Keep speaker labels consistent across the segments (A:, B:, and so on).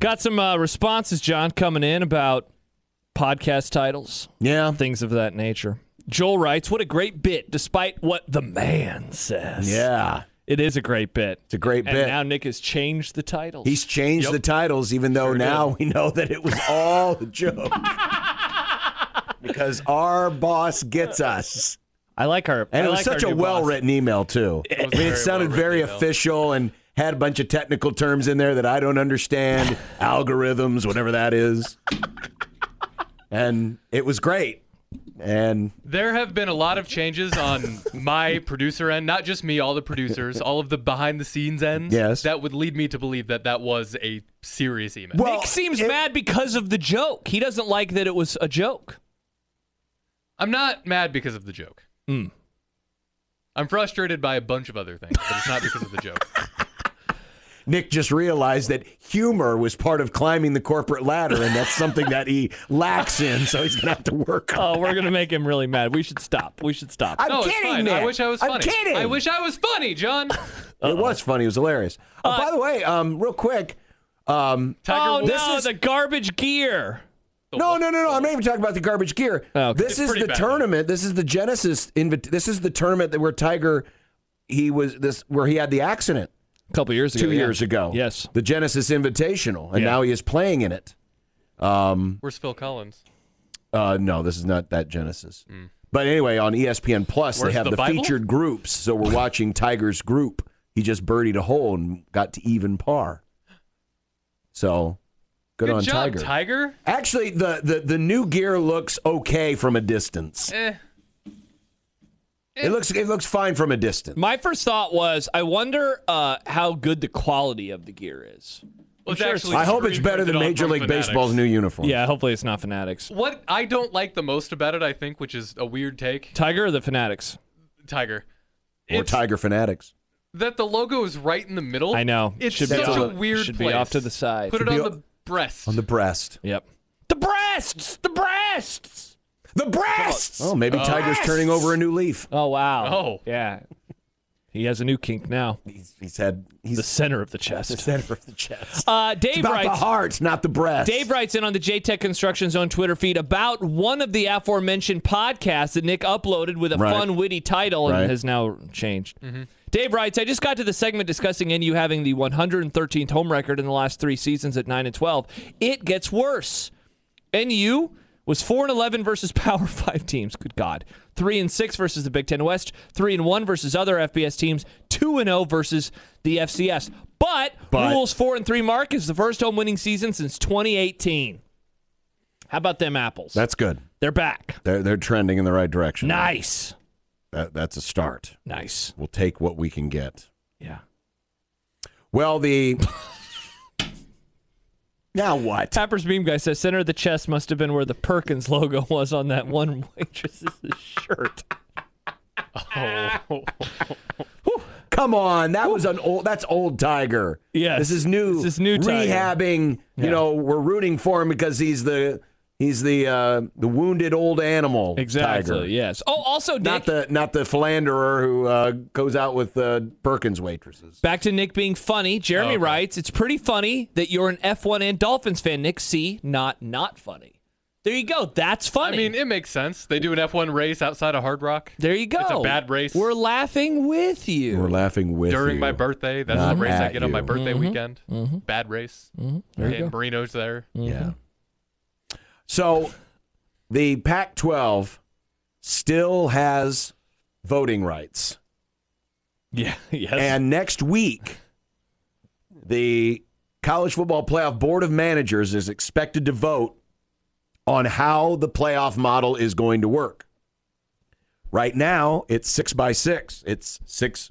A: Got some uh, responses, John, coming in about podcast titles,
B: Yeah.
A: things of that nature. Joel writes, "What a great bit, despite what the man says."
B: Yeah.
A: it is a great bit.
B: It's a great
A: and
B: bit.
A: now Nick has changed the titles.
B: He's changed
A: Yep.
B: the titles, even though now we know that it was all a joke. because our boss gets us.
A: I like her, I
B: And it was
A: like
B: such
A: our
B: a
A: new boss.
B: well written email, too. I mean, it sounded very official and had a bunch of technical terms in there that I don't understand algorithms, whatever that is. and it was great. And
C: There have been a lot of changes on my producer end, not just me, all the producers, all of the behind the scenes ends.
B: Yes.
C: That would lead me to believe that that was a serious email.
B: well,
A: Nick seems
B: it-
A: mad because of the joke. He doesn't like that it was a joke.
C: I'm not mad because of the joke.
A: Mm.
C: I'm frustrated by a bunch of other things, but it's not because of the joke.
B: Nick just realized that humor was part of climbing the corporate ladder, and that's something that he lacks in, so he's gonna have to work
A: Oh,
B: on.
A: we're gonna make him really mad. We should stop. We should stop.
B: I'm
C: Oh. No, it's
B: kidding,
C: fine.
B: Nick.
C: I wish I was
B: I'm
C: funny.
B: kidding.
C: I wish I was funny, John.
B: it was funny. It was hilarious. Oh, by the way, um, real quick, um,
C: Uh, Tiger
A: oh
C: Woods-
A: no,
B: is-
A: the garbage gear.
B: no, no, no, no. I'm not even talking about the garbage gear.
A: Oh, okay.
B: This is
C: Pretty
B: the
C: bad.
B: tournament. This is the Genesis. Invit- this is the tournament that where Tiger, he was this where he had the accident.
A: A couple years ago.
B: two
A: yeah.
B: years ago.
A: Yes.
B: the Genesis Invitational, and
A: Yeah.
B: now he is playing in it.
C: Where's Phil Collins?
B: Uh, no, this is not that Genesis. But anyway, on E ESPN Plus, they
C: Mm. Where's
B: have
C: the
B: the,
C: Bible?
B: featured groups. So we're watching Tiger's group. He just birdied a hole and got to even par. So good, on
C: job,
B: Tiger.
C: Tiger.
B: Actually, the, the, the new gear looks okay from a distance.
C: Eh.
B: It looks it looks fine from a distance.
A: My first thought was, I wonder uh, how good the quality of the gear is.
C: Well, it's
A: sure
C: actually
B: I hope it's
C: screen
B: better
C: printed
B: than
C: on
B: Major
C: from
B: League
C: Fanatics.
B: Baseball's new uniform.
A: Yeah, hopefully it's not Fanatics.
C: What I don't like the most about it, I think, which is a weird take,
A: Tiger or the Fanatics?
C: Tiger,
B: or
C: it's
B: Tiger fanatics.
C: that the logo is right in the middle.
A: I know.
C: It's
A: Should be
C: such
B: off-
C: a weird
A: should be
C: place.
A: off to the side.
C: Put it
B: Should be
C: on
B: o-
C: the breast.
B: On the breast.
A: Yep. The breasts! The breasts! The breasts!
B: Oh, maybe Tiger's turning over a new leaf.
A: Oh, wow.
C: Oh.
A: Yeah. He has a new kink now.
B: He's, he's had he's
A: The center of the
B: the
A: chest.
B: center of the chest.
A: Uh, Dave
B: about the
A: writes.
B: heart, not the breast.
A: Dave writes in on the JTech Construction's own Twitter feed about one of the aforementioned podcasts that Nick uploaded with a
B: Right.
A: fun, witty title and
B: Right.
A: has now changed. Dave writes, I just got to the segment discussing NU having the 113th home record in the last three seasons at 9 and 12. It gets worse. NU was 4 and 11 versus Power 5 teams. Good God. 3 and 6 versus the Big 10 West, 3 and 1 versus other FBS teams, 2 and 0 versus the FCS. But,
B: But-
A: rules 4 and 3 mark is the first home winning season since 2018. How about them apples?
B: That's good.
A: They're back.
B: They're they're trending in the right direction.
A: Nice.
B: That, that's a start.
A: Nice.
B: We'll take what we can get.
A: Yeah.
B: Well, the now what?
A: Tapper's Beam guy says center of the chest must have been where the Perkins logo was on that one waitress's shirt.
B: Come on, that was an old. That's old Tiger.
A: Yes.
B: this is new.
A: This is new Tiger.
B: Rehabbing. You know, we're rooting for him because he's the he's the uh, the wounded old animal.
A: Exactly.
B: Tiger.
A: Yes. Oh, also Nick.
B: Not the not the philanderer who uh, goes out with uh, Perkins waitresses.
A: Back to Nick being funny. Jeremy writes, "It's pretty funny that you're an F1 and Dolphins fan, Nick. See, not not funny. There you go. That's
C: I
A: funny.
C: mean, it makes sense. They do an F1 race outside of Hard Rock
A: there you go.
C: it's a bad race.
A: We're laughing with you.
B: We're laughing with
C: during my
B: you.
C: birthday. That's
B: Not
C: the race I
B: at
C: get on my
B: you.
C: birthday weekend. Bad race. And Marino's Mm-hmm. there.
B: Yeah. So the Pac 12 still has voting rights.
A: yeah. Yes.
B: And next week, the College Football Playoff Board of Managers is expected to vote on how the playoff model is going to work. Right now, it's six by six, it's six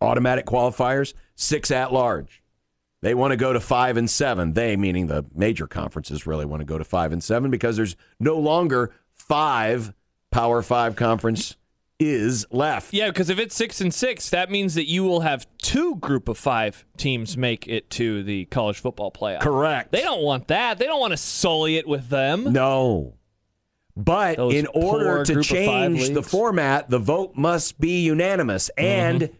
B: automatic qualifiers, six at large. They want to go to five and seven. They, meaning the major conferences, really want to go to five and seven because there's no longer five Power Five conference is left.
A: Yeah, because if it's six and six, that means that you will have two group of five teams make it to the college football playoff.
B: Correct.
A: They don't want that. They don't want to sully it with them.
B: No. But
A: Those
B: in
A: poor
B: order
A: group
B: to
A: of five
B: change the
A: leagues. Mm-hmm.
B: format, the vote must be unanimous. And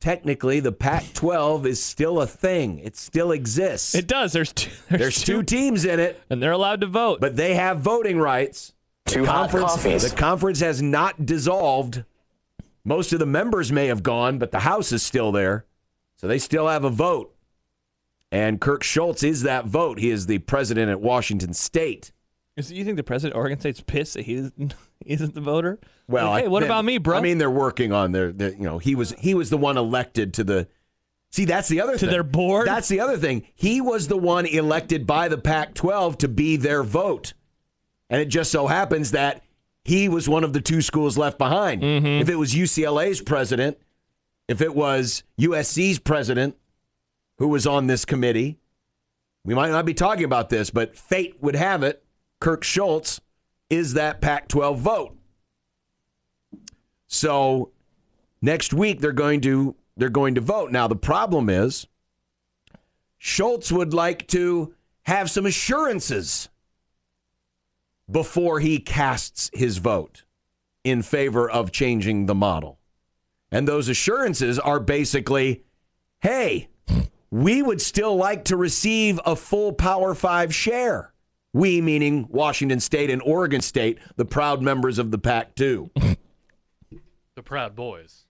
B: technically, the Pac 12 is still a thing, it still exists.
A: It does. There's two. There's,
B: There's two teams in it,
A: and they're allowed to vote.
B: but they have voting rights. The
D: Two hot
B: conference-
D: coffees.
B: The conference has not dissolved. Most of the members may have gone, but the House is still there. So they still have a vote. And Kirk Schultz is that vote. He is the president at Washington State.
A: Is, you think the president of Oregon State's pissed that he isn't, isn't the voter?
B: Well,
A: Like, hey,
B: I-
A: what
B: they-
A: about me, bro?
B: I mean, they're working on their, their- You know, he was he was the one elected to the. See, that's the other
A: To
B: thing.
A: their board?
B: That's the other thing. He was the one elected by the Pac-12 to be their vote, and it just so happens that he was one of the two schools left behind. If it was UCLA's president, if it was USC's president, who was on this committee, we might not be talking about this, but fate would have it, Kirk Schultz is that Pac-12 vote. So next week they're going to they're going to vote. Now the problem is Schultz would like to have some assurances before he casts his vote in favor of changing the model. And those assurances are basically, hey, we would still like to receive a full Power 5 share. We meaning Washington State and Oregon State, the proud members of the Pac 2.
C: The Proud Boys.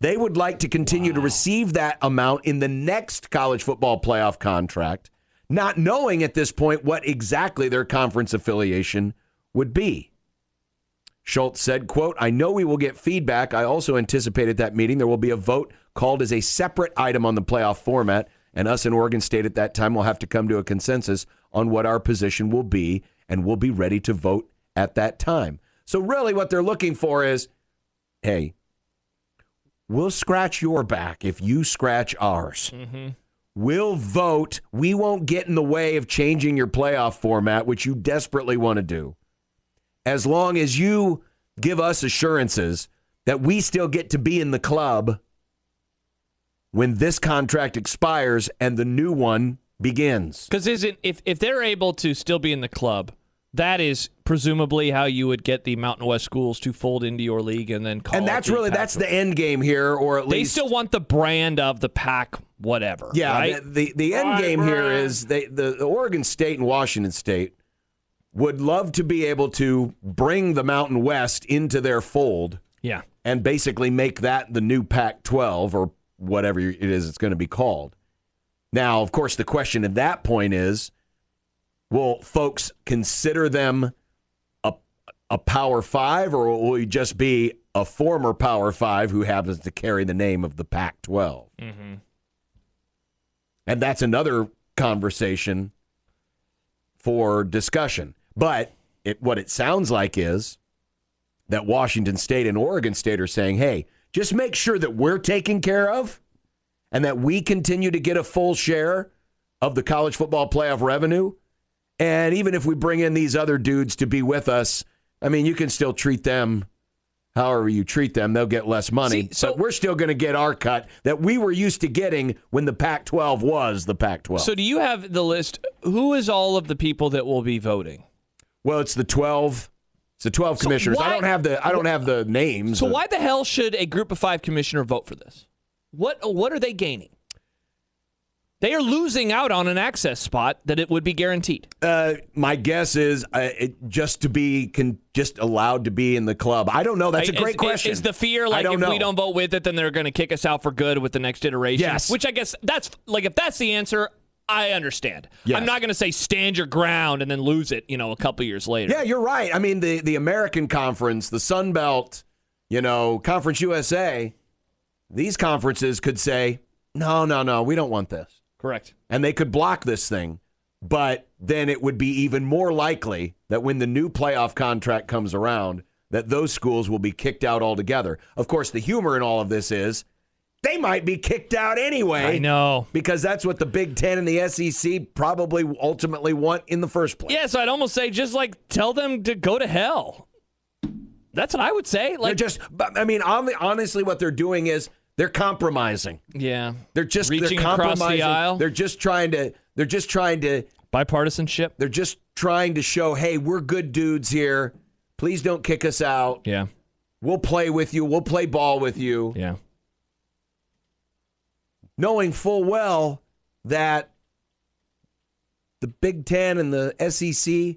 B: They would like to continue to receive that amount in the next college football playoff contract, not knowing at this point what exactly their conference affiliation would be. Schultz said, quote, I know we will get feedback. I also anticipate at that meeting there will be a vote called as a separate item on the playoff format, and us in Oregon State at that time will have to come to a consensus on what our position will be, and we'll be ready to vote at that time. So really what they're looking for is, hey, We'll scratch your back if you scratch ours.
A: Mm-hmm.
B: We'll vote. We won't get in the way of changing your playoff format, which you desperately want to do, as long as you give us assurances that we still get to be in the club when this contract expires and the new one begins.
A: Because isn't if if they're able to still be in the club, that is presumably how you would get the Mountain West schools to fold into your league and then call.
B: And
A: it
B: that's
A: the
B: really
A: Pac-
B: that's the end game here, or at
A: They
B: least
A: still want the brand of the pack, whatever.
B: Yeah,
A: right?
B: the, the the end game here is they the, the Oregon State and Washington State would love to be able to bring the Mountain West into their fold
A: yeah.
B: and basically make that the new Pac-12 or whatever it is it's going to be called. Now, of course, the question at that point is, will folks consider them a a Power Five, or will we just be a former Power Five who happens to carry the name of the Pac-12? And that's another conversation for discussion. But it, what it sounds like is that Washington State and Oregon State are saying, hey, just make sure that we're taken care of and that we continue to get a full share of the college football playoff revenue. And even if we bring in these other dudes to be with us, I mean, you can still treat them however you treat them. They'll get less money.
A: See, so-
B: but we're still going to get our cut that we were used to getting when the Pac 12 was the Pac 12.
A: So do you have the list? Who is all of the people that will be voting?
B: Well, it's the twelve. It's the twelve
A: So
B: commissioners.
A: why-
B: I don't have the I don't have the names.
A: So
B: of-
A: why the hell should a group of five commissioner vote for this? What what are they gaining? They are losing out on an access spot that it would be guaranteed.
B: Uh, my guess is uh, it, just to be con, just allowed to be in the club. I don't know. That's a
A: Is- is-
B: great question.
A: Is the fear
B: I
A: like
B: don't
A: if
B: know.
A: we don't vote with it, then they're going to kick us out for good with the next iteration?
B: Yes.
A: Which I guess that's like if that's the answer, I understand.
B: Yes.
A: I'm not going to say stand your ground and then lose it, you know, a couple years later.
B: Yeah, you're right. I mean the the American Conference, the Sun Belt, you know, Conference USA. These conferences could say, no, no, no, we don't want this.
A: Correct.
B: and they could block this thing. But then it would be even more likely that when the new playoff contract comes around, that those schools will be kicked out altogether. Of course, the humor in all of this is they might be kicked out anyway.
A: I know.
B: Because that's what the Big Ten and the SEC probably ultimately want in the first place.
A: Yeah, so I'd almost say just like tell them to go to hell. That's what I would say.
B: They're
A: Like,
B: just, but, I mean, hon- honestly, what they're doing is they're compromising.
A: yeah,
B: They're just
A: Reaching
B: they're
A: across the
B: compromising.
A: aisle?
B: They're just trying to. They're just trying to.
A: bipartisanship.
B: They're just trying to show, hey, we're good dudes here. Please don't kick us out.
A: Yeah,
B: We'll play with you. We'll play ball with you.
A: yeah.
B: knowing full well that the Big Ten and the SEC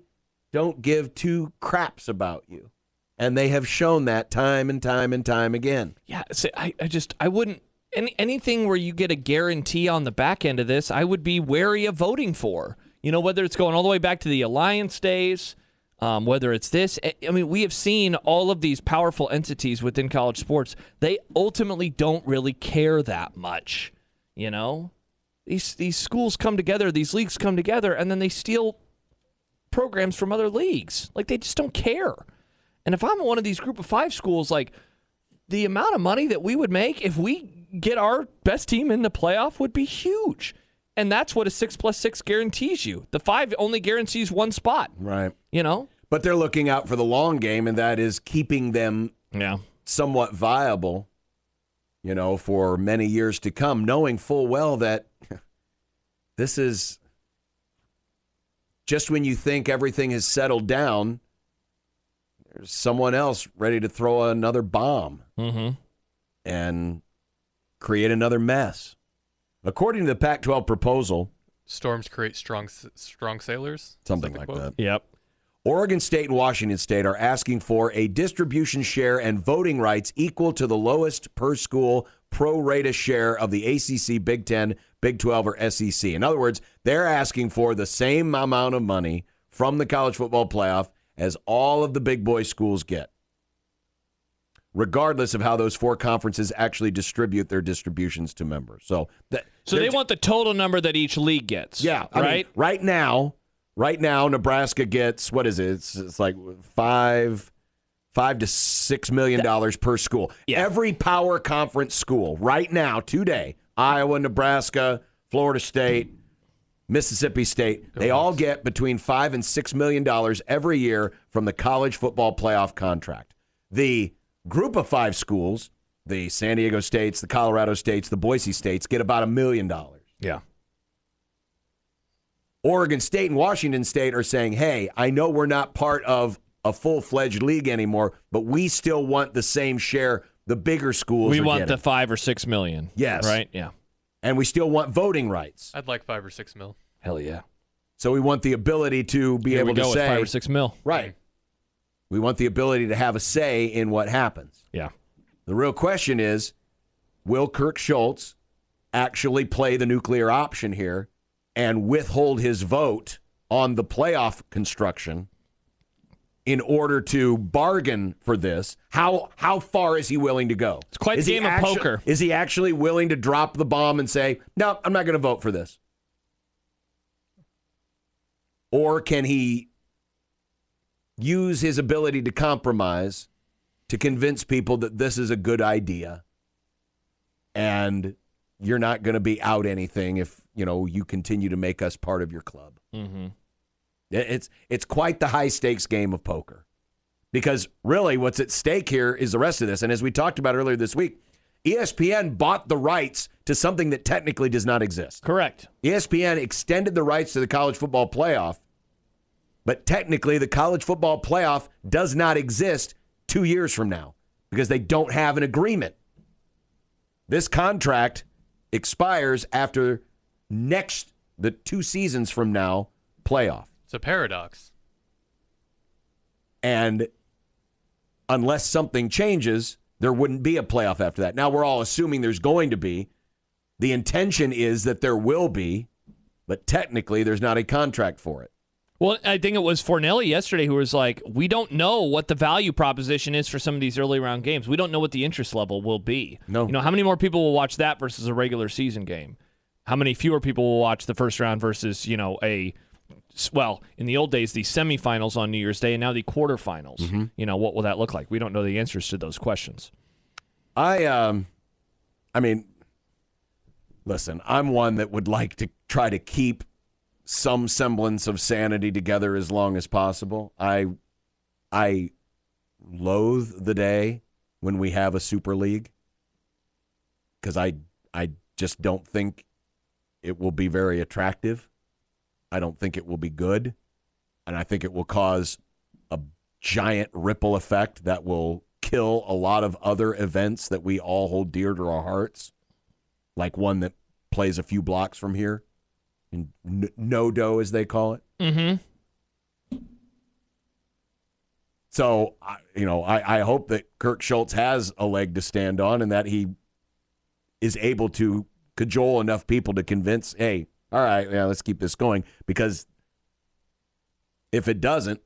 B: don't give two craps about you. And they have shown that time and time and time again.
A: Yeah, so I, I just I wouldn't any anything where you get a guarantee on the back end of this, I would be wary of voting for. You know, whether it's going all the way back to the alliance days, um, whether it's this. I- I mean, we have seen all of these powerful entities within college sports. They ultimately don't really care that much. You know, these these schools come together, these leagues come together, and then they steal programs from other leagues. Like they just don't care. And if I'm one of these group of five schools, like the amount of money that we would make if we get our best team in the playoff would be huge. And that's what a six plus six guarantees you. The five only guarantees one spot,
B: Right.
A: you know?
B: But they're looking out for the long game, and that is keeping them
A: Yeah.
B: somewhat viable, you know, for many years to come, knowing full well that this is just when you think everything has settled down, there's someone else ready to throw another bomb
A: Mm
B: and create another mess. According to the Pac 12 proposal,
C: Storms create strong s- strong sailors. Is
B: something
C: the
B: like
C: quote?
B: that.
A: hmm. Yep.
B: Oregon State and Washington State are asking for a distribution share and voting rights equal to the lowest per school pro rata share of the ACC, Big 10, Big 12, or SEC. In other words, they're asking for the same amount of money from the college football playoff as all of the big boy schools get, regardless of how those four conferences actually distribute their distributions to members. So, that,
A: So
B: they're
A: they want the total number that each league gets.
B: yeah, I mean,
A: right?
B: right now, right now, Nebraska gets what is it? It's, it's like five, five to six million dollars per school.
A: Yeah.
B: Every power conference school right now, today, Iowa, Nebraska, Florida State, Mississippi State, they all get between five and six million dollars every year from the college football playoff contract. The group of five schools, the San Diego States, the Colorado States, the Boise States, get about a million dollars.
A: yeah.
B: Oregon State and Washington State are saying, hey, I know we're not part of a full fledged league anymore, but we still want the same share the bigger schools
A: We
B: are
A: want
B: getting.
A: the five or six million.
B: Yes.
A: Right? Yeah.
B: and we still want voting rights.
C: I'd like five or six mil.
A: Hell yeah.
B: So we want the ability to be
A: Here
B: able
A: we go
B: to
A: with
B: say,
A: five or six mil.
B: right. We want the ability to have a say in what happens.
A: Yeah.
B: The real question is will Kirk Schultz actually play the nuclear option here and withhold his vote on the playoff construction in order to bargain for this? How how far is he willing to go? It's
A: quite the
B: is he
A: game of
B: actu-
A: poker.
B: Is he actually willing to drop the bomb and say, "No, I'm not going to vote for this"? Or can he use his ability to compromise to convince people that this is a good idea and you're not going to be out anything if you know you continue to make us part of your club
A: Mm-hmm.
B: It- it's it's quite the high stakes game of poker because really what's at stake here is the rest of this and as we talked about earlier this week E espn bought the rights to something that technically does not exist
A: Correct.
B: ESPN extended the rights to the college football playoff, but technically the college football playoff does not exist two years from now because they don't have an agreement. This contract expires after next, the two seasons from now, playoff.
C: It's a paradox.
B: And unless something changes, there wouldn't be a playoff after that. Now, we're all assuming there's going to be. The intention is that there will be, but technically, there's not a contract for it.
A: Well, I think it was Fornelli yesterday who was like, "We don't know what the value proposition is for some of these early round games. We don't know what the interest level will be.
B: No.
A: you know how many more people will watch that versus a regular season game? How many fewer people will watch the first round versus you know a well in the old days the semifinals on New Year's Day and now the quarterfinals. You know what will that look like? We don't know the answers to those questions.
B: I, um, I mean, Listen, I'm one that would like to try to keep some semblance of sanity together as long as possible. I I loathe the day when we have a super league cuz I I just don't think it will be very attractive. I don't think it will be good, and I think it will cause a giant ripple effect that will kill a lot of other events that we all hold dear to our hearts, like one that plays a few blocks from here, in N- Nodo as they call it.
A: Mm-hmm.
B: So, I- you know, I, I hope that Kirk Schultz has a leg to stand on and that he is able to cajole enough people to convince, hey, all right, yeah, let's keep this going. Because if it doesn't,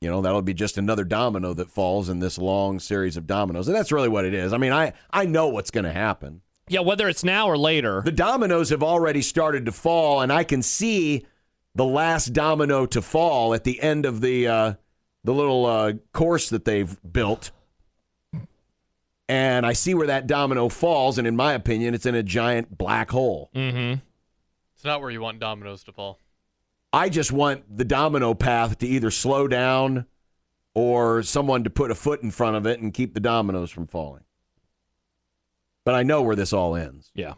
B: you know, that'll be just another domino that falls in this long series of dominoes. And that's really what it is. I mean, I, I know what's going to happen.
A: Yeah, whether it's now or later.
B: The dominoes have already started to fall, and I can see the last domino to fall at the end of the uh, the little uh, course that they've built. And I see where that domino falls, and in my opinion, it's in a giant black hole.
A: Mm-hmm.
C: It's not where you want dominoes to fall.
B: I just want the domino path to either slow down or someone to put a foot in front of it and keep the dominoes from falling. But I know where this all ends.
A: Yeah.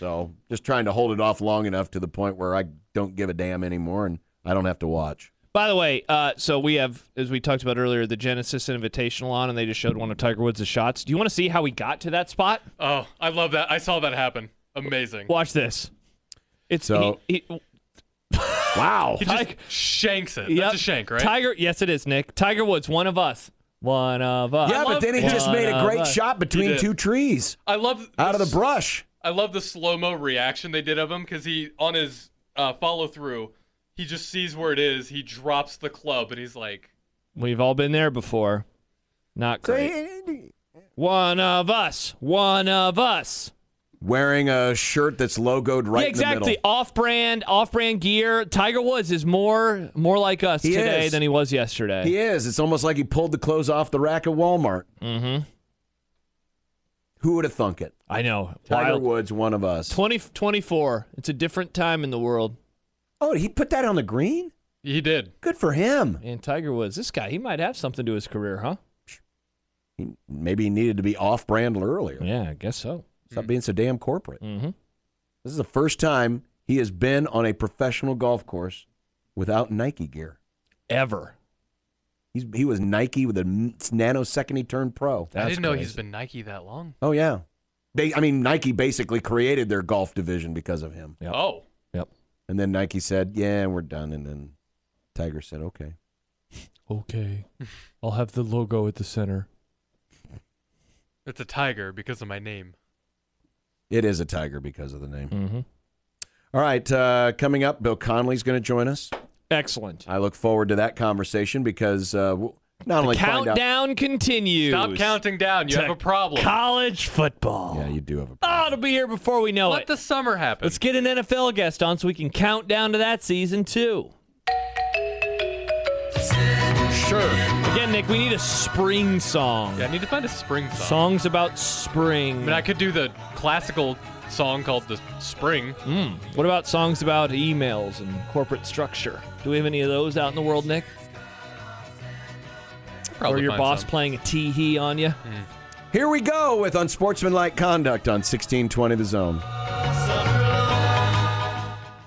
B: So just trying to hold it off long enough to the point where I don't give a damn anymore and I don't have to watch.
A: By the way, uh, so we have, as we talked about earlier, the Genesis Invitational on, and they just showed one of Tiger Woods' shots. Do you want to see how he got to that spot?
C: Oh, I love that. I saw that happen. Amazing.
A: Watch this. It's
B: So-
A: he, he,
B: Wow.
C: He just
A: Tig-
C: shanks it.
A: yep.
C: That's a shank, right?
A: Tiger. Yes, it is, Nick. Tiger Woods, one of us. One of us.
B: yeah, but then he
A: One
B: just made a
A: of
B: great
A: us.
B: shot
C: He
B: between
C: did.
B: two trees
C: I love
B: out of
C: s-
B: the brush.
C: I love the slow mo reaction they did of him because he on his uh, follow through, he just sees where it is. He drops the club and he's like,
A: We've all been there before. Not
B: So
A: great.
B: he-
A: One of us. One of us.
B: Wearing a shirt that's logoed right
A: yeah,
B: in the
A: exactly.
B: middle.
A: Off-brand, off-brand gear. Tiger Woods is more, more like us
B: He
A: today
B: is.
A: than he was yesterday.
B: He is. It's almost like he pulled the clothes off the rack at Walmart.
A: Mhm.
B: Who would have thunk it?
A: I know.
B: Tiger
A: Wild.
B: Woods, one of us.
A: 2024. It's a different time in the world.
B: Oh, he put that on the green?
C: he did.
B: Good for him.
A: And Tiger Woods, this guy, he might have something to his career, huh?
B: He, maybe he needed to be off brand earlier.
A: Yeah, I guess so.
B: Stop being so damn corporate.
A: Mm-hmm.
B: This is the first time he has been on a professional golf course without Nike gear.
A: Ever.
B: He's, he was Nike with a n- nanosecond he turned pro.
A: That's
C: I didn't know he's
A: crazy.
C: been Nike that long.
B: Oh yeah, they. I mean, Nike basically created their golf division because of him,
A: Yep.
C: Oh,
A: Yep.
B: and then Nike said, "Yeah, we're done," and then Tiger said, "Okay."
A: Okay. I'll have the logo at the center.
C: it's a tiger because of my name.
B: It is a tiger because of the name.
A: Mm-hmm.
B: All right, uh, coming up, Bill Conley's going to join us.
A: Excellent.
B: I look forward to that conversation because uh, we'll not only find out.
A: Countdown continues.
C: Stop counting down. You
A: to
C: have a problem.
A: College football.
B: Yeah, you do have a.
A: Oh, it'll be here before we know
C: Let
A: it.
C: the summer happen.
A: Let's get an NFL guest on so we can count down to that season too.
B: Sure.
A: Again, Nick, we need a spring song.
C: yeah, I need to find a spring song.
A: Songs about spring.
C: I mean, I could do the classical song called "The Spring."
A: What about songs about emails and corporate structure? Do we have any of those out in the world, Nick?
C: Probably
A: or your
C: find
A: boss
C: some.
A: playing a tee hee on you?
B: Here we go with unsportsmanlike conduct on 1620 The Zone.